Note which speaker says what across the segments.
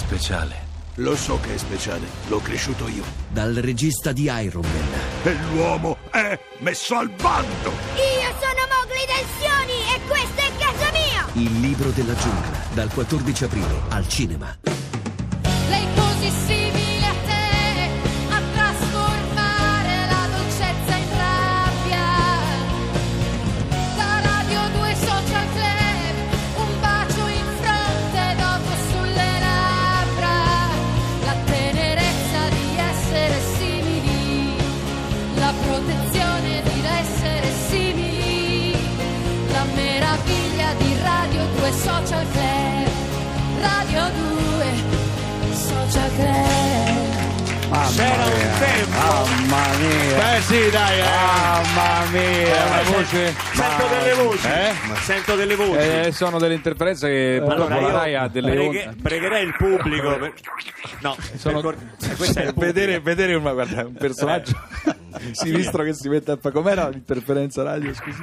Speaker 1: speciale.
Speaker 2: Lo so che è speciale, l'ho cresciuto io.
Speaker 3: Dal regista di Iron Man,
Speaker 2: E l'uomo è messo al bando!
Speaker 4: Io sono Mowgli del Sioni e questa è casa mia!
Speaker 3: Il libro della giungla, dal 14 aprile al cinema.
Speaker 5: Lei così simile a te, a trasformare la dolcezza in rabbia. Da Radio 2 Social Club, un bacio in fronte dopo sulle labbra. La tenerezza di essere simili, la protezione di essere simili, la meraviglia di Radio 2 Social Club. Radio 2 Social Club.
Speaker 6: Ah,
Speaker 7: C'era un tempo.
Speaker 6: Mamma mia.
Speaker 7: Beh sì, dai, eh.
Speaker 6: Mamma
Speaker 7: Eh,
Speaker 6: mia.
Speaker 7: ma sen- Sento delle voci.
Speaker 6: Eh?
Speaker 7: Sento delle voci.
Speaker 8: Eh, sono delle interferenze che purtroppo
Speaker 7: Allora
Speaker 8: la
Speaker 7: io
Speaker 8: Rai ha delle
Speaker 7: preghe-
Speaker 8: onde.
Speaker 7: pregherei il pubblico. per- No,
Speaker 8: Sono-
Speaker 7: per cor- eh, questo è il Eh. pubblico.
Speaker 8: vedere, vedere una- guarda, un personaggio sinistro che si mette a fa com'era l'interferenza radio scusi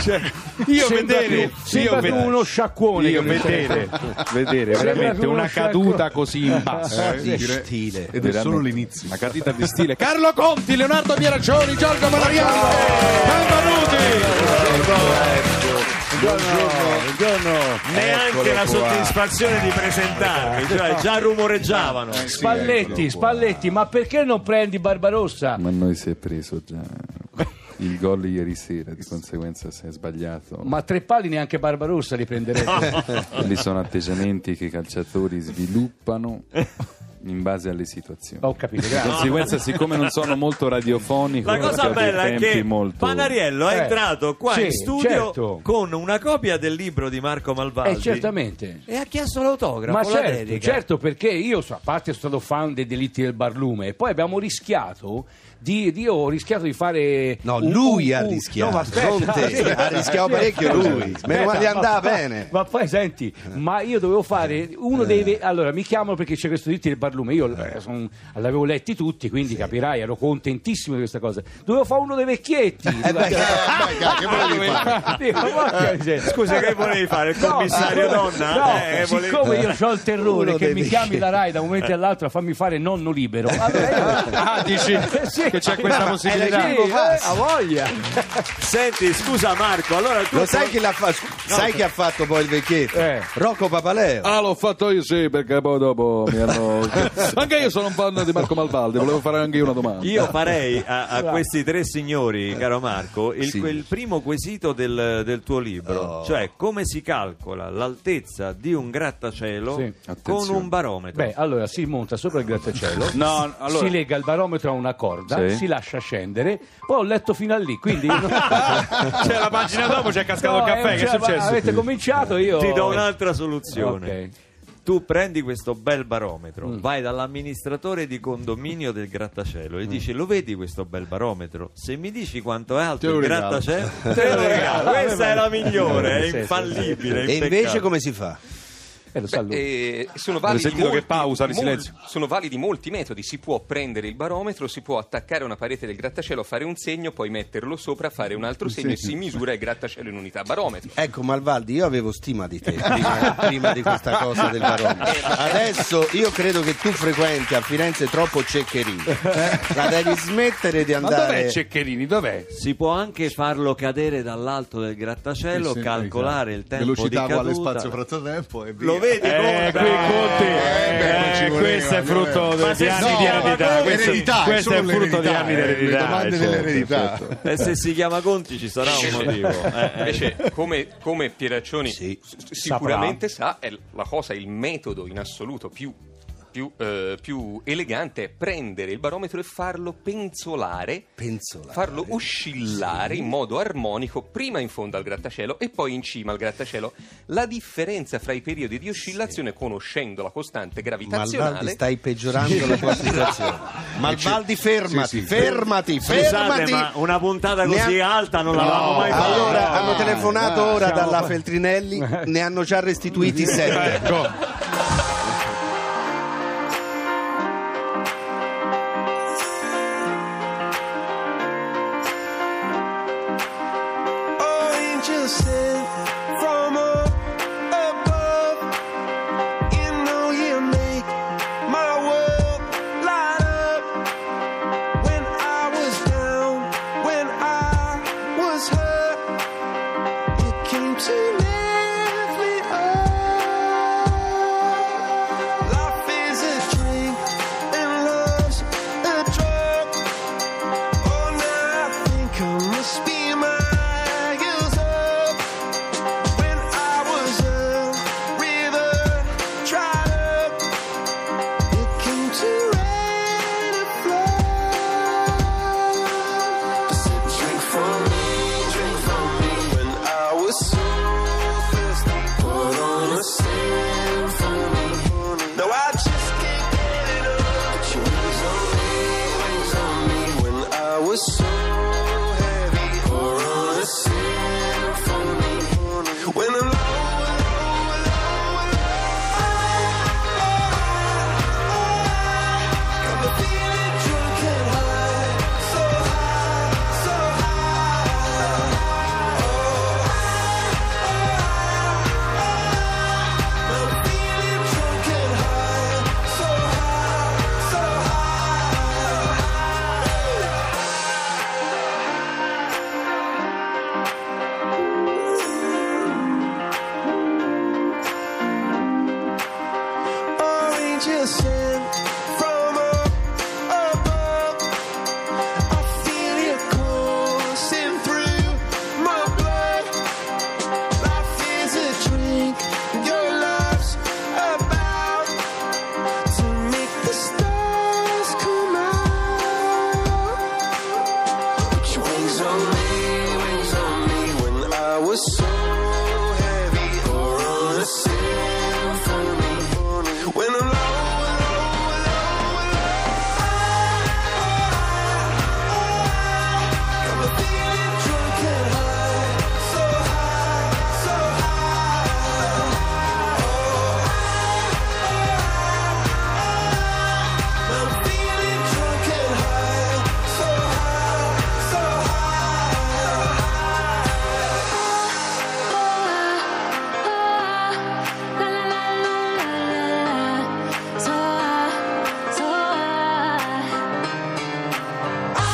Speaker 8: Cioè, io
Speaker 6: Sembra
Speaker 8: vedere
Speaker 6: più- sembra
Speaker 8: io
Speaker 6: più
Speaker 8: ved-
Speaker 6: uno sciacquone
Speaker 8: io
Speaker 6: che uno
Speaker 8: vedere vedere veramente
Speaker 6: più uno
Speaker 8: una
Speaker 6: sciacquo-
Speaker 8: caduta così in basso
Speaker 1: Eh, di stile. Ed è solo l'inizio.
Speaker 8: una caduta di stile Carlo Conti Leonardo Pieraccioni Giorgio Valeriano benvenuti
Speaker 7: Neanche la soddisfazione di presentarmi,
Speaker 6: Eh.
Speaker 7: cioè già rumoreggiavano.
Speaker 6: Spalletti, Spalletti, ma perché non prendi Barbarossa?
Speaker 9: Ma noi si è preso già il gol ieri sera, di conseguenza si è sbagliato.
Speaker 6: Ma tre pali neanche Barbarossa li prenderebbe.
Speaker 9: Lì sono atteggiamenti che i calciatori sviluppano in base alle situazioni.
Speaker 6: Ho capito,
Speaker 9: Di
Speaker 6: grazie.
Speaker 9: conseguenza, siccome non sono molto radiofonico,
Speaker 7: La
Speaker 9: perché
Speaker 7: cosa
Speaker 9: ho dei
Speaker 7: bella è che
Speaker 9: tempi molto...
Speaker 7: Panariello è
Speaker 6: Eh,
Speaker 7: entrato qua
Speaker 6: sì,
Speaker 7: in studio
Speaker 6: certo.
Speaker 7: con una copia del libro di Marco Malvaldi
Speaker 6: Eh, certamente.
Speaker 7: e ha chiesto l'autografo.
Speaker 6: Ma
Speaker 7: la
Speaker 6: certo,
Speaker 7: dedica.
Speaker 6: certo, perché io so, a parte sono stato fan dei delitti del barlume, e poi abbiamo rischiato di, di- io ho rischiato di fare.
Speaker 1: No,
Speaker 6: un-
Speaker 1: lui
Speaker 6: un-
Speaker 1: ha
Speaker 6: un-
Speaker 1: rischiato,
Speaker 6: No, ma aspetta,
Speaker 1: non te.
Speaker 6: sì.
Speaker 1: Ha rischiato parecchio lui. Meno
Speaker 6: Aspetta,
Speaker 1: male gli
Speaker 6: ma-
Speaker 1: andava
Speaker 6: ma-
Speaker 1: bene.
Speaker 6: Ma poi senti, ma io dovevo fare uno dei.
Speaker 1: Eh.
Speaker 6: ve- Allora mi chiamano perché c'è questo delitti del barlume. Io l- son- l'avevo letti tutti, quindi capirai, ero contentissimo di questa cosa. Dovevo fare uno dei vecchietti.
Speaker 1: Eh, beh,
Speaker 8: Ah,
Speaker 1: raga, che volevi fare?
Speaker 6: Dico, porca miseria.
Speaker 7: Scusa, che volevi fare? Il
Speaker 6: No,
Speaker 7: commissario
Speaker 6: siccome-
Speaker 7: donna?
Speaker 6: No,
Speaker 7: Eh, volevi-
Speaker 6: siccome io ho il terrore
Speaker 1: Uno
Speaker 6: che
Speaker 1: dei
Speaker 6: mi
Speaker 1: miei.
Speaker 6: chiami la Rai da un momento all'altro a farmi fare nonno libero, allora io-
Speaker 8: ah dici
Speaker 6: eh, Sì.
Speaker 8: che c'è questa possibilità
Speaker 6: Sì, eh, a voglia.
Speaker 7: Senti, scusa Marco, allora tu
Speaker 1: Lo sai chi l'ha fa- sai chi ha fatto poi il vecchietto?
Speaker 6: Eh.
Speaker 1: Rocco Papaleo.
Speaker 9: Ah, l'ho fatto io sì, perché poi dopo mi hanno. anche io sono un fan di Marco Malvaldi, volevo fare anche io una domanda.
Speaker 7: Io farei a, a questi tre signori, caro Marco, il quel primo quesito del, del tuo libro,
Speaker 1: Oh.
Speaker 7: cioè come si calcola l'altezza di un grattacielo
Speaker 6: Sì.
Speaker 7: con
Speaker 9: Attenzione.
Speaker 7: un barometro.
Speaker 6: Beh, allora si monta sopra il grattacielo.
Speaker 9: No, no, allora-
Speaker 6: Si lega il barometro a una corda,
Speaker 9: Sì.
Speaker 6: si lascia scendere, poi ho letto fino a lì, quindi...
Speaker 8: c'è la pagina dopo c'è cascato
Speaker 6: No,
Speaker 8: il caffè
Speaker 6: eh,
Speaker 8: che è
Speaker 6: cioè,
Speaker 8: successo
Speaker 6: Avete cominciato io...
Speaker 7: Ti do un'altra soluzione.
Speaker 6: oh. Ok.
Speaker 7: Tu prendi questo bel barometro,
Speaker 1: Mm.
Speaker 7: vai dall'amministratore di condominio del grattacielo e
Speaker 1: Mm.
Speaker 7: dici: Lo vedi questo bel barometro? Se mi dici quanto è alto
Speaker 9: Te lo
Speaker 7: il
Speaker 9: regalo."
Speaker 7: grattacielo, te lo regalo. Questa è la migliore,
Speaker 6: Sì,
Speaker 7: è
Speaker 6: sì,
Speaker 7: infallibile.
Speaker 1: E invece
Speaker 7: impeccabile.
Speaker 1: come si fa?
Speaker 6: Eh, lo sa lui.
Speaker 10: Eh, sono
Speaker 8: Avete
Speaker 10: validi
Speaker 8: sentito
Speaker 10: molti-
Speaker 8: che pausa di
Speaker 10: mol-
Speaker 8: silenzio?
Speaker 10: sono validi molti metodi. Si può prendere il barometro, si può attaccare a una parete del grattacielo, fare un segno, poi metterlo sopra, fare un altro segno e si misura il grattacielo in unità barometro.
Speaker 1: Ecco Malvaldi, io avevo stima di te prima, prima di questa cosa del barometro. Adesso io credo che tu frequenti a Firenze troppo ceccherie. La devi smettere di
Speaker 8: Eh. ma dov'è
Speaker 1: andare.
Speaker 8: Ceccherini dov'è
Speaker 7: Si può anche farlo cadere dall'alto del grattacielo, calcolare il tempo
Speaker 11: esatto. velocità
Speaker 7: di
Speaker 11: uguale
Speaker 7: caduta.
Speaker 11: spazio frattempo e via.
Speaker 7: Lo vedi
Speaker 8: Eh,
Speaker 7: Conte?
Speaker 8: qui Conti,
Speaker 11: beh, non ci
Speaker 8: eh,
Speaker 11: voleva,
Speaker 8: questo è
Speaker 11: non
Speaker 8: frutto
Speaker 11: voleva.
Speaker 8: degli
Speaker 7: se
Speaker 8: anni
Speaker 7: si
Speaker 8: di
Speaker 7: chiama
Speaker 8: eredità.
Speaker 7: Conte-
Speaker 8: Questo,
Speaker 11: Eredità,
Speaker 8: questo è il
Speaker 11: solo
Speaker 8: frutto degli
Speaker 11: l'eredità,
Speaker 8: anni di
Speaker 11: eh, le
Speaker 8: eredità.
Speaker 11: domande
Speaker 8: eh, certo,
Speaker 11: dell'eredità.
Speaker 8: certo.
Speaker 7: E se si chiama Conti ci sarà un motivo. Eh, eh.
Speaker 10: Invece, come, come Pieraccioni
Speaker 1: Sì.
Speaker 10: s- sicuramente sa, è la cosa, il metodo in assoluto più, più, eh, più elegante è prendere il barometro e farlo penzolare.
Speaker 1: Pensola.
Speaker 10: farlo oscillare in modo armonico prima in fondo al grattacielo e poi in cima al grattacielo. La differenza fra i periodi di oscillazione, conoscendo la costante
Speaker 1: Malvaldi
Speaker 10: gravitazionale,
Speaker 1: stai peggiorando la tua situazione. Malvaldi fermati,
Speaker 11: Sì, sì.
Speaker 1: fermati,
Speaker 7: Scusate,
Speaker 1: fermati.
Speaker 7: ma una puntata
Speaker 1: Ne ha-
Speaker 7: così alta non l'avevamo mai fatta.
Speaker 1: allora,
Speaker 7: No.
Speaker 1: hanno telefonato ora
Speaker 6: siamo-
Speaker 1: dalla Feltrinelli, ne hanno già restituiti sette.
Speaker 3: from above. You know you
Speaker 12: magician from up above. I feel you coursing through my blood. Life is a drink, your love's about to make the stars come out. Put your wings on me, wings on me when I was so heavy or on a symphony. When I'm low,
Speaker 5: So high, so high.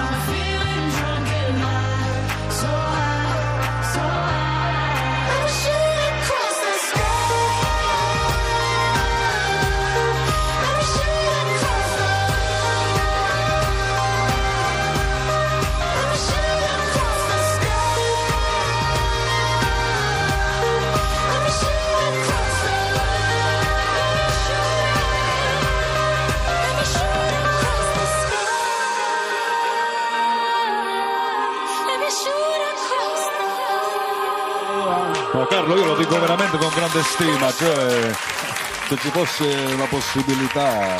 Speaker 12: I'm feeling drunk and high, so high, so high. I'm shooting across the sky. I'm shooting across the I'm shooting across the sky. I'm shooting across the I'm shooting across the
Speaker 9: No, Carlo, io lo dico veramente con grande stima, cioè se ci fosse una possibilità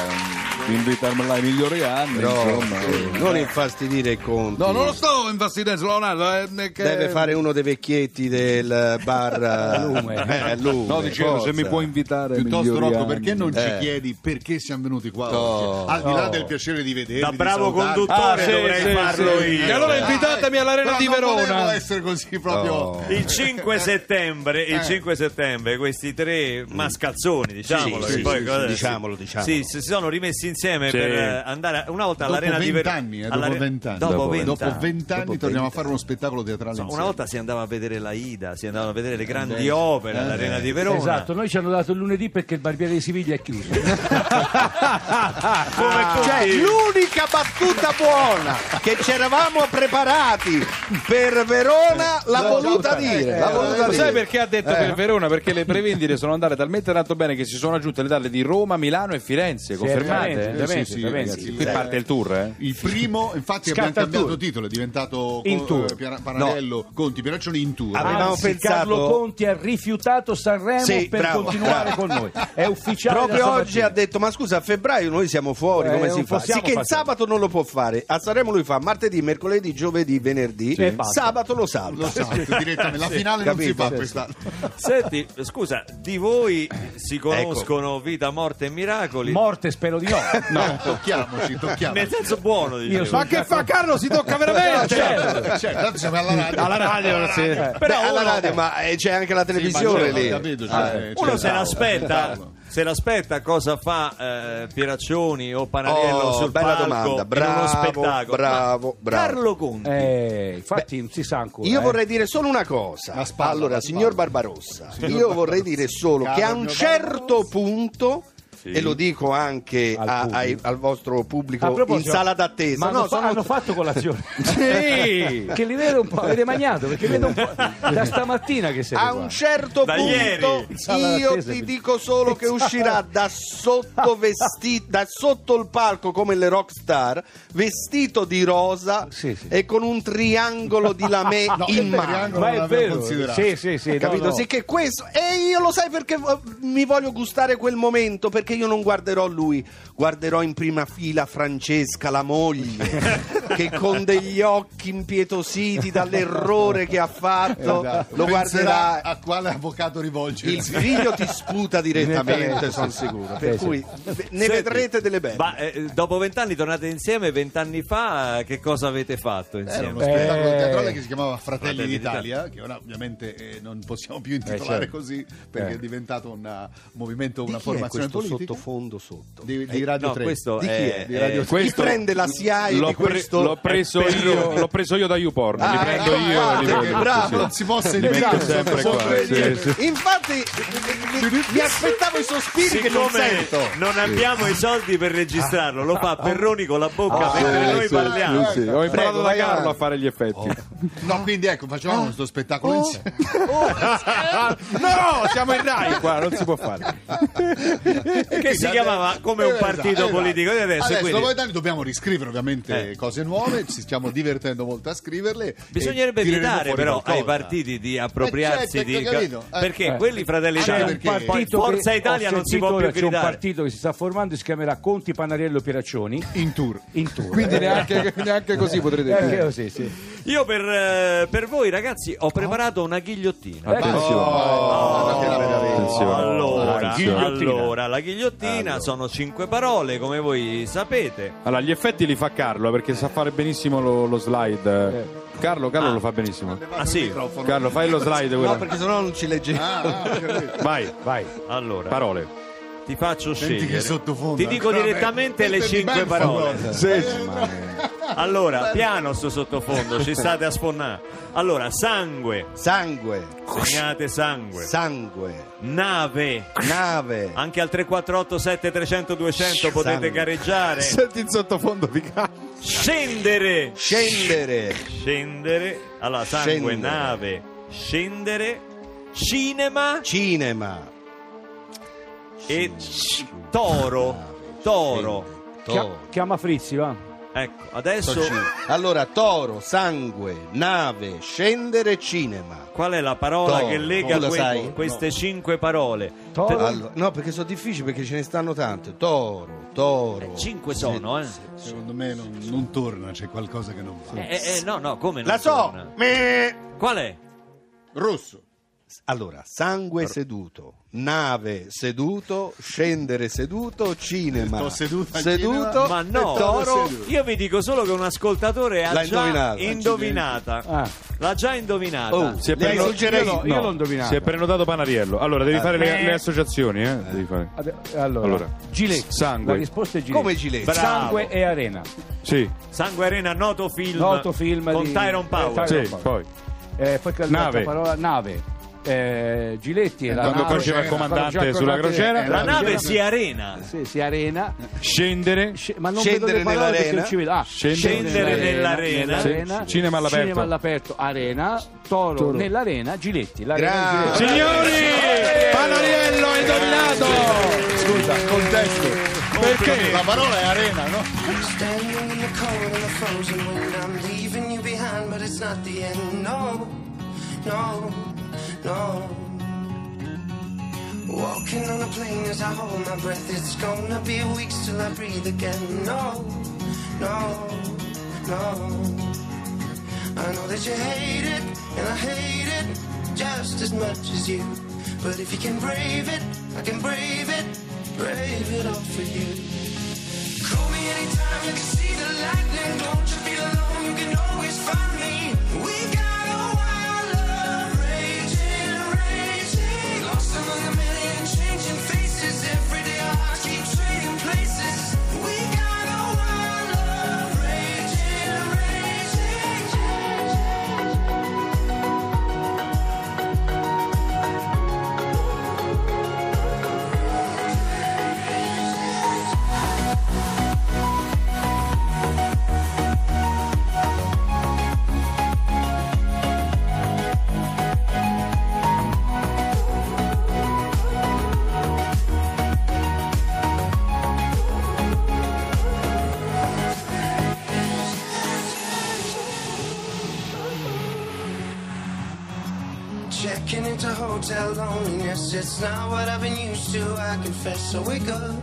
Speaker 9: mm, di invitarmela ai migliori anni,
Speaker 1: Però,
Speaker 9: insomma.
Speaker 1: eh,
Speaker 9: eh.
Speaker 1: non infastidire i conti.
Speaker 11: No, non lo sto infastidendo, Leonardo. eh, che-
Speaker 1: Deve fare uno dei vecchietti del bar eh,
Speaker 11: Lume.
Speaker 1: eh, Lume,
Speaker 9: No, dicevo, se
Speaker 1: forza.
Speaker 9: mi puoi invitare ai
Speaker 11: Piuttosto,
Speaker 9: migliori
Speaker 11: Rocco,
Speaker 9: anni.
Speaker 11: perché non ci
Speaker 9: Eh.
Speaker 11: chiedi perché siamo venuti qua
Speaker 1: No.
Speaker 11: oggi? Al di là
Speaker 9: No.
Speaker 11: del piacere di vederti.
Speaker 7: Da
Speaker 11: di
Speaker 7: bravo
Speaker 11: salutarti.
Speaker 7: conduttore Ah, sì, dovrei sì, farlo sì. io.
Speaker 11: E allora invitatemi all'Arena
Speaker 7: Però
Speaker 11: di
Speaker 7: non
Speaker 11: Verona.
Speaker 7: volevo
Speaker 11: essere così
Speaker 1: proprio-
Speaker 7: Il 5 settembre, il
Speaker 11: Eh.
Speaker 7: 5 settembre questi tre mascalzoni, diciamolo,
Speaker 1: Sì,
Speaker 7: che
Speaker 1: sì,
Speaker 7: poi
Speaker 1: sì,
Speaker 7: cosa-
Speaker 1: diciamolo, diciamolo.
Speaker 7: sì, si sono rimessi insieme
Speaker 11: Sì.
Speaker 7: per eh, andare una volta
Speaker 11: Dopo
Speaker 7: all'arena di Verona.
Speaker 11: vent'anni, eh,
Speaker 7: alla-
Speaker 11: dopo vent'anni.
Speaker 7: Dopo vent'anni.
Speaker 11: Dopo vent'anni torniamo a fare uno spettacolo teatrale
Speaker 7: Insomma,
Speaker 11: insieme.
Speaker 7: una volta si andava a vedere la Ida, si andavano a vedere le grandi
Speaker 11: beh.
Speaker 7: opere
Speaker 11: Eh,
Speaker 7: all'Arena
Speaker 11: beh.
Speaker 7: di Verona.
Speaker 6: Esatto, noi ci hanno dato il lunedì perché il barbiere di Siviglia è chiuso.
Speaker 7: Ah,
Speaker 1: Cioè,
Speaker 6: tutti.
Speaker 1: l'unica battuta buona che ci eravamo preparati per Verona l'ha voluta
Speaker 8: Eh,
Speaker 1: dire. L'ha voluta
Speaker 9: Ma
Speaker 1: dire.
Speaker 9: sai perché ha detto
Speaker 1: Eh.
Speaker 9: per Verona? Perché le prevendite sono andate talmente tanto bene che si sono aggiunte le dalle di Roma, Milano e Firenze.
Speaker 6: veramente,
Speaker 9: Confermate?
Speaker 6: veramente, veramente.
Speaker 9: ragazzi,
Speaker 6: Sì,
Speaker 9: Qui
Speaker 6: sì.
Speaker 9: parte il tour, eh?
Speaker 11: Il primo, infatti,
Speaker 6: Scatta
Speaker 11: abbiamo
Speaker 6: il
Speaker 11: cambiato
Speaker 6: tour.
Speaker 11: titolo, è diventato
Speaker 6: In
Speaker 11: Co-
Speaker 6: tour.
Speaker 11: eh, Pier- Panarello Conti Pieraccioni in tour.
Speaker 1: Avevamo
Speaker 6: Anzi,
Speaker 1: pensato-
Speaker 6: Carlo Conti ha rifiutato Sanremo
Speaker 1: Sì,
Speaker 6: per
Speaker 1: bravo,
Speaker 6: continuare
Speaker 1: bravo.
Speaker 6: con noi. È ufficiale. da
Speaker 1: Proprio
Speaker 6: stamattina.
Speaker 1: oggi ha detto: Ma scusa, a febbraio noi siamo fuori,
Speaker 6: Eh,
Speaker 1: come
Speaker 6: non
Speaker 1: si fa? Sì,
Speaker 6: possiamo
Speaker 1: che il
Speaker 6: farlo.
Speaker 1: sabato non lo può fare. A Sanremo lui fa martedì, mercoledì, giovedì, venerdì.
Speaker 7: Sì, e basta.
Speaker 1: Sabato lo salva.
Speaker 11: Lo salto direttamente. La
Speaker 1: Sì,
Speaker 11: finale non si
Speaker 1: capito?
Speaker 11: fa
Speaker 1: Sì,
Speaker 11: quest'anno.
Speaker 7: cioè, Senti, scusa, di voi si
Speaker 11: Ecco.
Speaker 7: conoscono vita, morte e miracoli.
Speaker 6: Morte spero di no.
Speaker 11: No, Eh, tocchiamoci, tocchiamoci.
Speaker 7: Nel senso buono,
Speaker 6: Io
Speaker 7: dicevo.
Speaker 6: sono già con-
Speaker 11: Carlo? Si tocca veramente?
Speaker 1: Eh,
Speaker 6: Certo.
Speaker 11: Certo, tanto siamo alla radio.
Speaker 6: Alla radio,
Speaker 11: Alla
Speaker 6: sì.
Speaker 1: Beh,
Speaker 7: Però
Speaker 1: alla
Speaker 7: uno-
Speaker 1: radio, ma eh, c'è anche la televisione
Speaker 11: ma c'è,
Speaker 1: lì.
Speaker 11: ho capito, cioè,
Speaker 1: Ah,
Speaker 11: eh,
Speaker 7: Uno
Speaker 11: c'è
Speaker 7: se
Speaker 11: Paolo,
Speaker 7: l'aspetta,
Speaker 11: Paolo.
Speaker 7: se l'aspetta cosa fa eh, Pieraccioni o Panarello
Speaker 1: Oh,
Speaker 7: sul
Speaker 1: bella
Speaker 7: palco
Speaker 1: domanda.
Speaker 7: in uno
Speaker 1: Bravo,
Speaker 7: spettacolo.
Speaker 1: bravo,
Speaker 7: Ma
Speaker 1: bravo.
Speaker 7: Carlo Conti.
Speaker 6: Eh, infatti non si sa ancora.
Speaker 1: Io
Speaker 6: eh.
Speaker 1: vorrei dire solo una cosa.
Speaker 11: La spalla,
Speaker 1: allora,
Speaker 11: la
Speaker 1: signor
Speaker 11: spalla.
Speaker 1: Barbarossa,
Speaker 11: Signor
Speaker 1: io vorrei dire solo
Speaker 11: Caro
Speaker 1: che a
Speaker 11: mio
Speaker 1: un certo punto. E lo dico anche
Speaker 6: Al
Speaker 1: a-
Speaker 6: pubblico.
Speaker 1: ai- al vostro
Speaker 6: A
Speaker 1: pubblico in
Speaker 6: proposito,
Speaker 1: sala d'attesa. No,
Speaker 6: Ma hanno, fa-
Speaker 1: sono-
Speaker 6: hanno fatto colazione.
Speaker 1: Sì!
Speaker 6: che li vedo un po'. Avete mangiato? Perché vedo un po'. Da stamattina che siete
Speaker 1: a
Speaker 6: qua.
Speaker 1: un certo
Speaker 7: Da
Speaker 1: punto
Speaker 7: ieri.
Speaker 6: Sala
Speaker 1: io
Speaker 6: d'attesa,
Speaker 1: ti
Speaker 6: quindi.
Speaker 1: dico solo che uscirà da sotto vestito da sotto il palco come le rockstar vestito di rosa
Speaker 6: Sì, sì.
Speaker 1: e con un triangolo di lamè
Speaker 11: No, che
Speaker 1: in mano
Speaker 11: triangolo
Speaker 6: Ah, Ma
Speaker 11: non
Speaker 6: è
Speaker 11: avevo
Speaker 6: vero.
Speaker 11: considerato.
Speaker 6: Sì, sì, sì. no,
Speaker 1: capito?
Speaker 6: no.
Speaker 1: Sì, che questo. E io lo sai perché eh, mi voglio gustare quel momento, perché io non guarderò lui, guarderò in prima fila Francesca, la moglie, che con degli occhi impietositi dall'errore che ha fatto,
Speaker 11: Esatto.
Speaker 1: lo
Speaker 11: Penserà
Speaker 1: guarderà.
Speaker 11: a quale avvocato
Speaker 1: Il
Speaker 11: rivolgersi.
Speaker 1: figlio ti sputa direttamente, sono sicuro. Per
Speaker 6: Sì, sì.
Speaker 1: cui ne
Speaker 7: Senti,
Speaker 1: vedrete delle belle.
Speaker 7: Ma eh, dopo vent'anni tornate insieme, vent'anni fa eh, che cosa avete fatto
Speaker 11: Era uno
Speaker 7: insieme?
Speaker 11: spettacolo
Speaker 6: Eh.
Speaker 11: teatrale che si chiamava Fratelli,
Speaker 7: Fratelli
Speaker 11: d'Italia, che ora ovviamente eh, non possiamo più
Speaker 6: Eh,
Speaker 11: intitolare
Speaker 6: certo.
Speaker 11: così perché
Speaker 6: Eh.
Speaker 11: è diventato un uh, movimento,
Speaker 1: Di
Speaker 11: una
Speaker 1: chi è
Speaker 11: formazione
Speaker 1: questo
Speaker 11: politica.
Speaker 1: sottofondo sotto?
Speaker 11: Di, di Radio
Speaker 7: no,
Speaker 11: 3.
Speaker 7: questo
Speaker 11: Di chi
Speaker 7: è-
Speaker 11: Di Radio
Speaker 7: è-
Speaker 1: Chi prende la SIAE
Speaker 9: L'ho
Speaker 1: di questo
Speaker 11: detto.
Speaker 9: L'ho preso,
Speaker 11: Eh,
Speaker 9: io,
Speaker 11: Perrone.
Speaker 9: l'ho preso io da YouPorn,
Speaker 11: Ah,
Speaker 9: li prendo
Speaker 11: ecco,
Speaker 9: io e li
Speaker 11: guardate,
Speaker 9: prendo.
Speaker 11: bravo,
Speaker 9: sì.
Speaker 11: non si può
Speaker 9: Li
Speaker 11: sentire,
Speaker 9: metto
Speaker 11: non
Speaker 9: sempre
Speaker 11: si può
Speaker 9: qua.
Speaker 11: vedere.
Speaker 9: sì, sì.
Speaker 1: Infatti, mi, mi aspettavo i sospiri che non
Speaker 7: Siccome
Speaker 1: sento.
Speaker 7: non abbiamo i soldi per registrarlo, lo fa Perroni con la bocca
Speaker 9: Ah,
Speaker 7: mentre
Speaker 9: sì,
Speaker 7: noi
Speaker 9: sì,
Speaker 7: parliamo.
Speaker 9: sì, sì. Ho imparato
Speaker 11: Prego,
Speaker 9: da
Speaker 11: vai
Speaker 9: Carlo
Speaker 11: avanti.
Speaker 9: a fare gli effetti.
Speaker 11: No, quindi ecco, facevamo questo spettacolo insieme.
Speaker 9: No, siamo in Rai Ah, qua, non si può fare.
Speaker 7: Che si chiamava come un partito politico di adesso,
Speaker 11: Eh, esatto, Adesso
Speaker 7: quindi-
Speaker 11: dopo tanti dobbiamo riscrivere ovviamente
Speaker 7: Eh.
Speaker 11: cose nuove, ci stiamo divertendo molto a scriverle. e
Speaker 7: Bisognerebbe
Speaker 11: tireremo
Speaker 7: evitare
Speaker 11: fuori
Speaker 7: però ai
Speaker 11: qualcosa.
Speaker 7: partiti di appropriarsi
Speaker 11: Eh, certo,
Speaker 7: di...
Speaker 11: ho capito. Eh.
Speaker 7: Perché
Speaker 11: Eh.
Speaker 7: quelli Fratelli
Speaker 11: Anche
Speaker 7: d'Italia,
Speaker 11: perché-
Speaker 7: poi
Speaker 6: partito
Speaker 7: Forza
Speaker 6: che-
Speaker 7: Italia
Speaker 6: ho
Speaker 7: non si
Speaker 6: sentito
Speaker 7: può più
Speaker 6: ora C'è un
Speaker 7: gridare.
Speaker 6: partito che si sta formando si chiamerà Conti, Panariello, Pieraccioni.
Speaker 11: In tour.
Speaker 6: In tour.
Speaker 11: Eh.
Speaker 8: Quindi neanche, neanche così potrete
Speaker 6: Eh,
Speaker 8: dire.
Speaker 6: sì, sì.
Speaker 7: Io per, eh, per voi ragazzi ho preparato una ghigliottina.
Speaker 9: Attenzione.
Speaker 11: Ah,
Speaker 9: Attenzione.
Speaker 7: Allora,
Speaker 9: Attenzione.
Speaker 7: allora, la ghigliottina sono cinque parole, come voi sapete.
Speaker 9: Allora, gli effetti li fa Carlo eh, perché sa fare benissimo lo, lo slide. Carlo, Carlo lo fa benissimo.
Speaker 7: Ah sì,
Speaker 9: Carlo, fai lo slide.
Speaker 1: No,
Speaker 9: quello.
Speaker 1: perché sennò non ci leggevo.
Speaker 11: Ah.
Speaker 9: Vai,
Speaker 6: Vai.
Speaker 7: allora,
Speaker 9: parole.
Speaker 7: ti faccio
Speaker 11: Senti che
Speaker 7: scegliere.
Speaker 11: sottofondo.
Speaker 7: Ti dico
Speaker 11: ancora
Speaker 7: direttamente
Speaker 11: meglio.
Speaker 7: le
Speaker 11: Questo è
Speaker 7: cinque
Speaker 11: di Belfort.
Speaker 7: parole.
Speaker 9: Sì,
Speaker 7: Allora, piano sto sottofondo, ci state a sfonnare. Allora, sangue,
Speaker 1: Sangue,
Speaker 7: segnate sangue.
Speaker 1: sangue,
Speaker 7: Nave,
Speaker 1: nave.
Speaker 7: anche al 348 7300 200 potete
Speaker 1: Sangue.
Speaker 7: gareggiare.
Speaker 9: Senti il sottofondo di Carlo.
Speaker 7: Scendere.
Speaker 1: Scendere,
Speaker 7: Scendere, allora sangue,
Speaker 1: Scendere.
Speaker 7: nave, scendere, cinema
Speaker 1: cinema,
Speaker 7: e toro, toro.
Speaker 6: Chia- chiama Frizzi, va.
Speaker 7: Ecco, adesso
Speaker 1: Allora, toro, sangue, nave, scendere, cinema.
Speaker 7: qual è la parola
Speaker 1: Toro.
Speaker 7: che lega
Speaker 1: Tu la
Speaker 7: que-
Speaker 1: sai?
Speaker 7: queste cinque parole?
Speaker 6: Toro.
Speaker 1: Allora, no, perché sono difficili, perché ce ne stanno tante. Toro, toro.
Speaker 7: Eh, cinque sono, eh.
Speaker 11: Secondo me non, non torna, c'è qualcosa che non va.
Speaker 7: Eh, eh, eh, no, no, come non
Speaker 1: La so!
Speaker 7: torna?
Speaker 1: Me.
Speaker 7: Qual è?
Speaker 11: Rosso.
Speaker 1: Allora, sangue seduto, nave seduto, scendere seduto, cinema
Speaker 11: Sto seduto al
Speaker 1: seduto,
Speaker 11: cinema.
Speaker 7: Ma
Speaker 1: e
Speaker 7: no,
Speaker 1: toro
Speaker 7: io vi dico solo che un ascoltatore ha
Speaker 1: L'ha
Speaker 7: già
Speaker 1: indovinata.
Speaker 7: indovinata.
Speaker 6: Ah.
Speaker 7: L'ha già indovinata.
Speaker 1: Oh,
Speaker 9: Si è
Speaker 1: le hai
Speaker 9: preno-
Speaker 1: suggerito?
Speaker 6: io l'ho- io l'ho indovinato.
Speaker 9: Si è prenotato Panariello. Allora, devi fare le, le associazioni, eh? Devi fare.
Speaker 6: Ade- Allora,
Speaker 9: Allora.
Speaker 6: Giletti.
Speaker 9: Sangue.
Speaker 6: La risposta è Giletti.
Speaker 1: Come Giletti?
Speaker 7: Bravo.
Speaker 6: Sangue e arena.
Speaker 9: Sì,
Speaker 7: Sangue Arena, noto film,
Speaker 6: Noto film
Speaker 7: con
Speaker 6: di-
Speaker 7: Tyron Powell.
Speaker 6: Eh, Tyron-
Speaker 9: sì, poi.
Speaker 6: Eh, poi che l'altra
Speaker 9: Nave.
Speaker 6: parola nave. Eh, Giletti e la
Speaker 9: Quando
Speaker 6: nave.
Speaker 9: faceva il comandante sulla crociera.
Speaker 6: Eh,
Speaker 7: La nave
Speaker 6: crociera-
Speaker 7: si arena.
Speaker 6: Sì, si arena.
Speaker 9: Scendere.
Speaker 6: Sc- ma non
Speaker 1: Scendere
Speaker 6: vedo le parole perché
Speaker 1: nell'arena.
Speaker 6: non ci vedo. Ah,
Speaker 9: Scendere
Speaker 7: nell'arena.
Speaker 9: Sì, sì. Cinema all'aperto.
Speaker 6: Cinema all'aperto, arena, toro, nell'arena, Giletti. L'arena di
Speaker 1: Grande.
Speaker 6: Giletti.
Speaker 9: Signori, Eh. Panariello è tornato!
Speaker 11: Scusa, contesto.
Speaker 9: Perché?
Speaker 11: La parola è arena, no?
Speaker 12: Standing in the cold and the frozen wind, I'm leaving you behind, but it's not the end. No, no, no. Walking on a plane as I hold my breath, it's gonna be weeks till I breathe again. No, no, no. I know that you hate it, and I hate it just as much as you. But if you can brave it, I can brave it, brave it all for you. Call me anytime you can see the lightning. Don't you feel alone? You can always find me. We got a wild love raging, raging. Lost among a million changing faces. Every day our hearts keep trading places. We got a wild love raging, raging. Checking into hotel loneliness, it's not what I've been used to, I confess. I wake up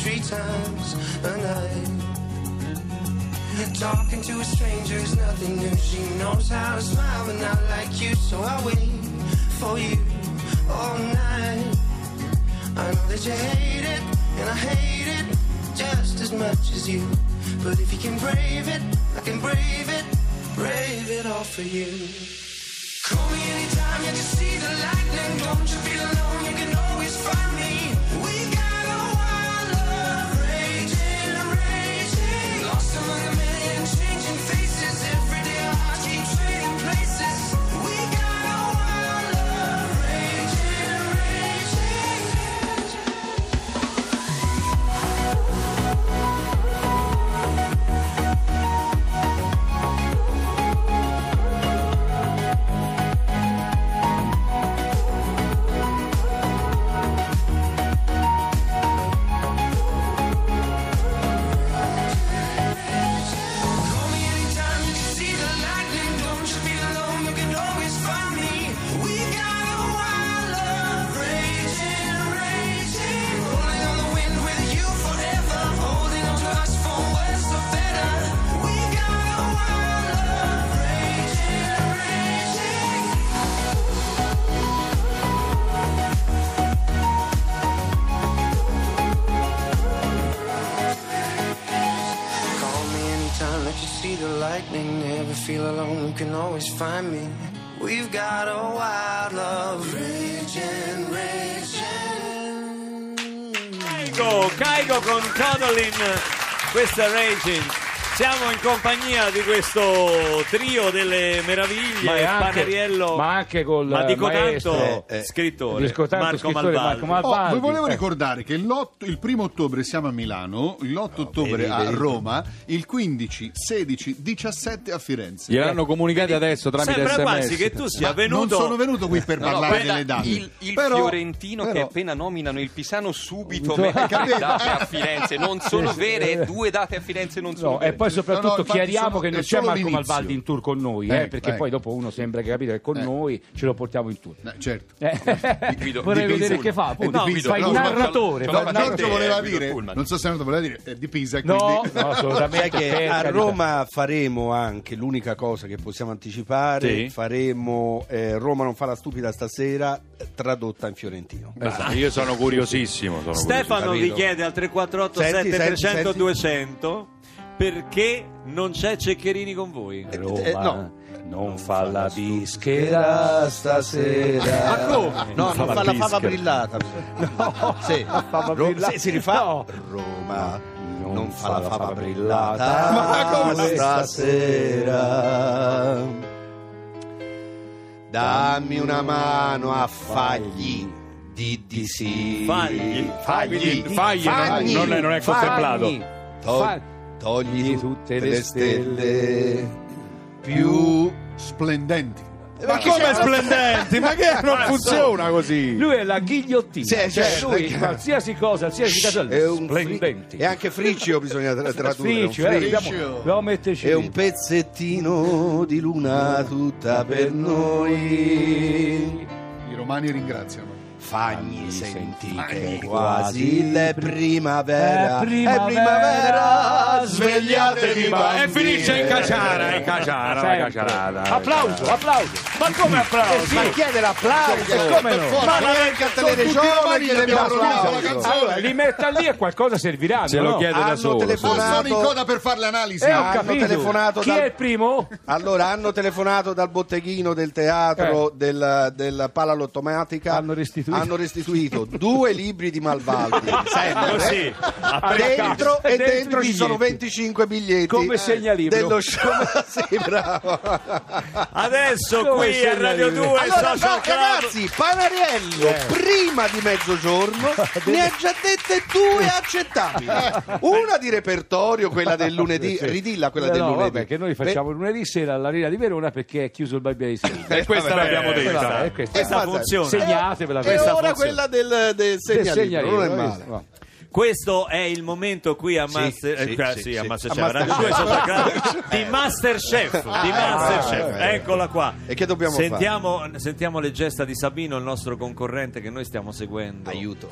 Speaker 12: three times a night. Talking to a stranger is nothing new. She knows how to smile, but not like you. So I wait for you all night. I know that you hate it, and I hate it just as much as you. But if you can brave it, I can brave it, brave it all for you. Call me anytime you can see the lightning. Don't you feel alone? You can always find me. We got a wild love raging, raging. Lost among a million changing can always find me. We've got a wild love raging, raging.
Speaker 7: Caigo, Caigo con Codolin, questa è Raging. Siamo in compagnia di questo trio delle meraviglie,
Speaker 6: Ma è anche-
Speaker 7: Panariello,
Speaker 6: ma anche col
Speaker 7: ma dico
Speaker 6: maestro,
Speaker 7: tanto,
Speaker 6: eh, eh,
Speaker 7: scrittore,
Speaker 6: dico tanto
Speaker 7: Marco
Speaker 6: scrittore,
Speaker 7: Malvaldi.
Speaker 6: Marco
Speaker 8: Ah,
Speaker 6: Malvaldi.
Speaker 11: vi volevo
Speaker 6: Eh.
Speaker 11: ricordare che l'otto- il primo ottobre siamo a Milano, l'8 ottobre
Speaker 9: vedi,
Speaker 11: a
Speaker 9: vedi.
Speaker 11: Roma, il 15, 16, 17 a Firenze.
Speaker 9: Gliel'hanno comunicato adesso tramite
Speaker 11: Sembra
Speaker 9: sms.
Speaker 11: quasi che tu sia
Speaker 9: Ma
Speaker 11: venuto-
Speaker 9: non
Speaker 11: sono venuto qui per parlare
Speaker 10: guarda,
Speaker 11: delle date.
Speaker 10: Il, il
Speaker 11: Però-
Speaker 10: fiorentino che
Speaker 11: però-
Speaker 10: appena nominano il Pisano subito
Speaker 11: No,
Speaker 10: mette tre
Speaker 11: capito?
Speaker 10: date a Firenze. Non sono
Speaker 6: Sì, sì.
Speaker 10: vere, e due date a Firenze non sono
Speaker 6: No,
Speaker 10: vere.
Speaker 6: e poi soprattutto chiariamo che non c'è Marco Malvaldi in tour con noi, eh,
Speaker 11: Ecco,
Speaker 6: perché
Speaker 11: ecco.
Speaker 6: poi dopo uno sembra che capito che con
Speaker 11: Eh.
Speaker 6: noi ce lo portiamo in tour.
Speaker 11: Eh, certo.
Speaker 10: Guido-
Speaker 6: Eh, Vorrei
Speaker 11: Di
Speaker 6: vedere
Speaker 11: Pisa.
Speaker 6: che fa, appunto.
Speaker 11: Eh, di
Speaker 6: No,
Speaker 11: Pisa.
Speaker 6: fai il
Speaker 11: No,
Speaker 6: narratore,
Speaker 11: no,
Speaker 6: fai il
Speaker 11: no,
Speaker 6: narratore.
Speaker 11: Giorgio voleva
Speaker 10: Eh, Guido
Speaker 11: dire,
Speaker 10: Pullman.
Speaker 11: non so se Renato voleva dire eh, di Pisa
Speaker 6: No,
Speaker 11: quindi...
Speaker 6: no, assolutamente,
Speaker 1: Sai che a
Speaker 6: per carità.
Speaker 1: Roma faremo anche l'unica cosa che possiamo anticipare:
Speaker 6: Sì.
Speaker 1: faremo eh, Roma non fa la stupida stasera, eh, tradotta in fiorentino.
Speaker 9: Esatto, Io sono curiosissimo. sono
Speaker 7: Stefano vi
Speaker 1: Capito.
Speaker 7: chiede al 348
Speaker 1: Senti, senti,
Speaker 7: 7300
Speaker 1: senti.
Speaker 7: 200 perché non c'è Ceccherini con voi?
Speaker 1: Eh,
Speaker 6: Roma, non fa la bischera
Speaker 1: stasera.
Speaker 7: Ma come?
Speaker 1: No, non fa la, fava
Speaker 6: bischera.
Speaker 1: brillata. No, sì.
Speaker 6: fava
Speaker 1: Ro-
Speaker 6: brillata.
Speaker 1: sì, si rifà
Speaker 6: No.
Speaker 1: Roma. Non, fa, la fava, brillata.
Speaker 6: brillata. Ma come?
Speaker 1: stasera? Dammi una mano a fagli di di sì.
Speaker 7: Fagli.
Speaker 1: fagli,
Speaker 7: Quindi fagli, no? Non è- non è contemplato.
Speaker 1: To-
Speaker 7: Fagli.
Speaker 1: togli tutte le stelle
Speaker 11: più splendenti.
Speaker 1: Ma come
Speaker 9: splendenti? Ma che non funziona così?
Speaker 6: Lui è la ghigliottina,
Speaker 1: Sì,
Speaker 6: cioè
Speaker 1: certo.
Speaker 6: lui qualsiasi cosa, qualsiasi cosa
Speaker 1: È un
Speaker 6: splendente.
Speaker 1: E anche Friccio bisogna tra- tradurre. un
Speaker 6: Friccio, eh, dobbiamo-
Speaker 1: Friccio.
Speaker 6: dobbiamo metterci
Speaker 1: È
Speaker 6: lì.
Speaker 1: un pezzettino di luna tutta per noi.
Speaker 11: I romani ringraziano.
Speaker 1: Fagni senti che
Speaker 11: Fagni.
Speaker 1: è quasi la primavera.
Speaker 11: È primavera, svegliatevi, bambini.
Speaker 9: E finisce in caciara, in caciara, la
Speaker 6: Sempre.
Speaker 9: caciara. dai.
Speaker 6: Applauso, applauso. Ma come applauso?
Speaker 1: Ma chiede l'applauso,
Speaker 6: Cioè,
Speaker 1: come
Speaker 6: per
Speaker 1: no?
Speaker 6: forza,
Speaker 1: Ma
Speaker 6: ma
Speaker 1: la
Speaker 6: sono
Speaker 1: cartellere
Speaker 6: tutti
Speaker 1: giovane
Speaker 6: romani,
Speaker 1: chiede
Speaker 6: abbiamo
Speaker 1: l'applauso.
Speaker 11: rovinato la canzone.
Speaker 6: Allora, li metta lì e qualcosa serviranno.
Speaker 9: Ce lo
Speaker 6: no?
Speaker 9: chiede da
Speaker 1: Hanno
Speaker 9: solo.
Speaker 1: telefonato-
Speaker 11: Ah, sono in coda per fare l'analisi.
Speaker 6: Esatto. Eh, ho
Speaker 1: Hanno
Speaker 6: capito.
Speaker 1: telefonato
Speaker 6: Chi
Speaker 1: dal-
Speaker 6: è il primo?
Speaker 1: Allora, hanno telefonato dal botteghino del teatro del, del Pala Lottomatica. Eh. Hanno
Speaker 6: restituito.
Speaker 1: restituito due libri di Malvaldi. sempre.
Speaker 7: Così, a
Speaker 1: Ah, dentro e
Speaker 6: Dentro i
Speaker 1: dentro ci sono
Speaker 6: biglietti.
Speaker 1: 25 biglietti
Speaker 6: Come
Speaker 1: eh,
Speaker 6: segnalibro.
Speaker 1: dello show sì bravo
Speaker 7: Adesso
Speaker 6: Come
Speaker 7: qui a
Speaker 6: sei
Speaker 7: Radio
Speaker 6: arrivato?
Speaker 7: 2
Speaker 1: allora
Speaker 7: Social
Speaker 1: no,
Speaker 7: Club.
Speaker 1: ragazzi Panariello
Speaker 6: Eh.
Speaker 1: prima di mezzogiorno ne ha già dette due accettabili una di repertorio quella del lunedì
Speaker 6: Eh. Sì.
Speaker 1: ridilla quella
Speaker 6: No,
Speaker 1: del
Speaker 6: no,
Speaker 1: lunedì
Speaker 6: vabbè, che noi facciamo lunedì sera all'Arena di Verona perché è chiuso il Barbieri Sera.
Speaker 7: E questa l'abbiamo
Speaker 6: Eh,
Speaker 7: detta.
Speaker 6: vabbè, eh, questa-
Speaker 7: Questa funziona.
Speaker 6: Segnatevela
Speaker 1: e
Speaker 6: questa
Speaker 1: ora
Speaker 6: funziona.
Speaker 1: quella del, del
Speaker 6: Del
Speaker 1: segnalibro, non è
Speaker 6: segnalibro,
Speaker 1: male
Speaker 6: no.
Speaker 7: Questo è il momento qui a Master
Speaker 1: sì,
Speaker 7: eh, qua-
Speaker 1: sì,
Speaker 7: sì, a
Speaker 1: sì.
Speaker 7: Masterchef,
Speaker 1: A
Speaker 7: Radio
Speaker 1: Masterchef.
Speaker 7: 2 Social Club di Masterchef, di Masterchef.
Speaker 1: Ah, eh, eh.
Speaker 7: Eccola qua.
Speaker 1: E che dobbiamo
Speaker 7: sentiamo, sentiamo le gesta di Sabino, il nostro concorrente che noi stiamo seguendo.
Speaker 1: aiuto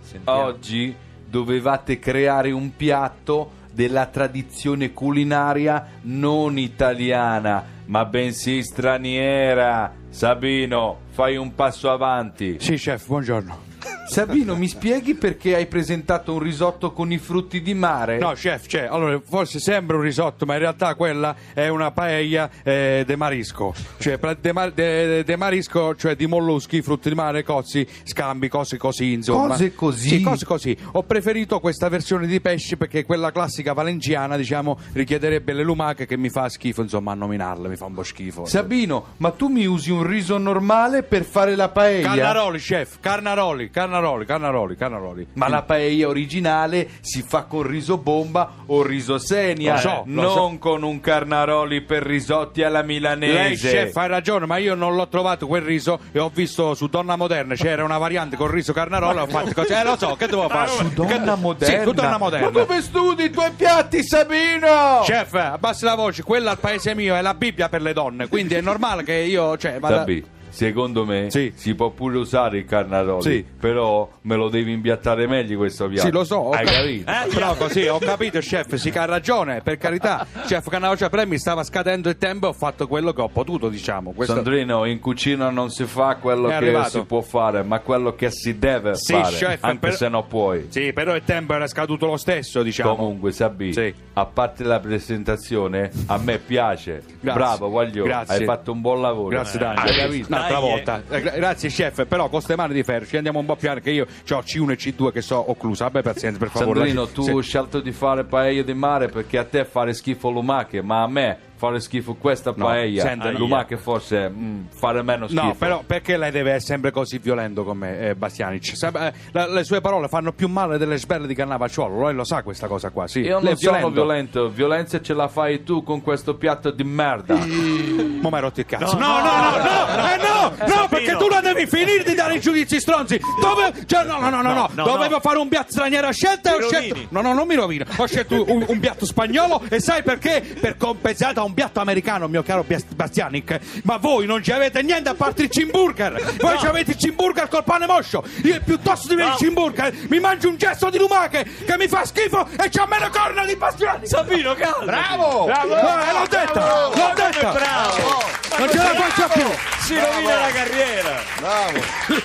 Speaker 7: Sentiamo.
Speaker 13: Oggi dovevate creare un piatto della tradizione culinaria non italiana, ma bensì straniera. Sabino, fai un passo avanti.
Speaker 8: Sì, chef, buongiorno.
Speaker 13: Sabino, mi spieghi perché hai presentato un risotto con i frutti di mare?
Speaker 8: No, chef, c'è. Allora, forse sembra un risotto, ma in realtà quella è una paella eh, de marisco. Cioè, pra- de, mar- de- de marisco, cioè di molluschi, frutti di mare, cozzi, scambi, cose così, insomma.
Speaker 13: Cose così?
Speaker 8: Sì, cose così. Ho preferito questa versione di pesce perché quella classica valenziana, diciamo, richiederebbe le lumache che mi fa schifo, insomma, a nominarle, mi fa un po' schifo.
Speaker 13: Sabino, ma tu mi usi un riso normale per fare la paella?
Speaker 8: Carnaroli, chef, carnaroli, carnaroli, carnaroli, carnaroli. Mm.
Speaker 13: Ma la paella originale si fa con riso bomba o riso senia,
Speaker 8: Lo so, lo
Speaker 13: non con un carnaroli per risotti alla milanese.
Speaker 8: Lei, chef, ha ragione, ma io non l'ho trovato quel riso e ho visto su Donna Moderna c'era una variante col riso carnarola. Ho fatto così, eh, lo so, che devo fare?
Speaker 13: Su donna
Speaker 8: Che-
Speaker 13: moderna.
Speaker 8: Sì, su Donna Moderna.
Speaker 13: Ma come studi i tuoi piatti, Sabino?
Speaker 8: Chef, abbassi la voce, quella al paese mio è la Bibbia per le donne, quindi è normale che io. Cioè, vada-
Speaker 13: Sabì,
Speaker 9: secondo me si può pure usare il carnaroli,
Speaker 8: Sì.
Speaker 9: però me lo devi impiattare meglio questo piatto.
Speaker 8: Sì, lo so, ho
Speaker 9: Hai
Speaker 8: cap-
Speaker 9: capito?
Speaker 8: Eh, però così ho capito, chef, si ha ragione, per carità. Chef Canavocia Pre mi stava scadendo il tempo e ho fatto quello che ho potuto, diciamo. Questo-
Speaker 9: Sandrino, in cucina non si fa quello
Speaker 8: È
Speaker 9: che
Speaker 8: arrivato.
Speaker 9: si può fare, ma quello che si deve
Speaker 8: Sì,
Speaker 9: fare,
Speaker 8: chef,
Speaker 9: anche
Speaker 8: però-
Speaker 9: se non puoi.
Speaker 8: Sì, però il tempo era scaduto lo stesso, diciamo.
Speaker 9: Comunque, Sabì, a parte la presentazione, a me piace.
Speaker 8: Grazie.
Speaker 9: Bravo, Guaglio,
Speaker 8: Grazie.
Speaker 9: hai fatto un buon lavoro. Eh,
Speaker 8: Grazie Dani,
Speaker 9: Hai
Speaker 8: Hai
Speaker 9: capito?
Speaker 8: capito? un'altra volta. Eh, gra- grazie chef, però con ste mani di ferro ci andiamo un po' piano che io ho C1 e C2 che so occlusa. Abbia pazienza, per favore.
Speaker 9: Sandrino,
Speaker 8: lasci-
Speaker 9: tu
Speaker 8: se-
Speaker 9: hai scelto di fare paella di mare perché a te fare schifo lumache, ma a me fare schifo questa
Speaker 8: No,
Speaker 9: paella.
Speaker 8: senti, no.
Speaker 9: lumache forse mm, fare meno schifo.
Speaker 8: No, però perché lei deve essere sempre così violento con me, eh, Bastianic? Sa- eh, la- le sue parole fanno più male delle sberle di Cannavacciuolo, lei lo sa questa cosa qua, sì.
Speaker 9: Io
Speaker 8: Lei
Speaker 9: non
Speaker 8: è
Speaker 9: sono violento, violenza ce la fai tu con questo piatto di merda.
Speaker 8: Ma mi hai rotto il cazzo.
Speaker 9: No, no, no,
Speaker 8: Eh no, no, perché tu la devi finire di dare i giudizi stronzi. Dove, cioè, no, no, no, no, no,
Speaker 9: no,
Speaker 8: dovevo fare un piatto straniero a scelta e ho
Speaker 9: Mi
Speaker 8: scelto. No, no, non mi rovino. Ho scelto un, un piatto spagnolo e sai perché? Per compensare da un piatto americano, mio caro Bias- Bastianic. Ma voi non ci avete niente a parte il cimburger. Voi ci avete il cimburger col pane moscio. Io piuttosto di avere il cimburger mi mangio un gesto di lumache che mi fa schifo e c'ho meno corna di Bastianic.
Speaker 7: Sabino, calma.
Speaker 8: Bravo!
Speaker 7: Bravo!
Speaker 8: Eh, l'ho detto!
Speaker 7: Bravo!
Speaker 8: L'ho
Speaker 7: Ma come
Speaker 8: detto!
Speaker 7: bravo! Ma
Speaker 8: Non ce la
Speaker 7: bravo!
Speaker 8: faccio più!
Speaker 7: Si rovina la carriera.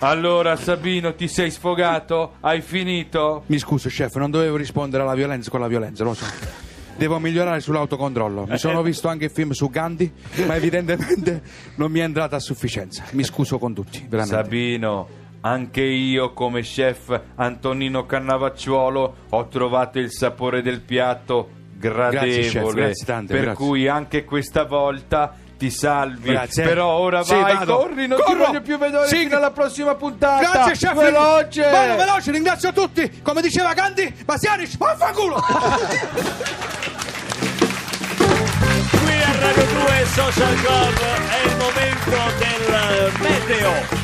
Speaker 9: Allora, Sabino, ti sei sfogato? Hai finito?
Speaker 8: Mi scuso, chef, non dovevo rispondere alla violenza con la violenza, lo so. Devo migliorare sull'autocontrollo. Mi
Speaker 9: Eh.
Speaker 8: sono visto anche il film su Gandhi, ma evidentemente non mi è entrata a sufficienza. Mi scuso con tutti, veramente.
Speaker 9: Sabino, anche io come chef Antonino Cannavacciuolo ho trovato il sapore del piatto gradevole.
Speaker 8: Grazie, chef, grazie tante,
Speaker 9: per
Speaker 8: grazie.
Speaker 9: cui anche questa volta ti salvi.
Speaker 8: Grazie.
Speaker 9: Però ora
Speaker 8: Sì,
Speaker 9: vai,
Speaker 8: vado.
Speaker 9: corri, non ti
Speaker 8: Corro.
Speaker 9: voglio più vedere
Speaker 8: Sì.
Speaker 9: fino alla prossima puntata.
Speaker 8: Grazie, chef.
Speaker 9: Veloce.
Speaker 8: Vado veloce, ringrazio tutti. Come diceva Gandhi, Basianic, vaffanculo!
Speaker 7: Qui a Radio 2 Social Club è il momento del meteo.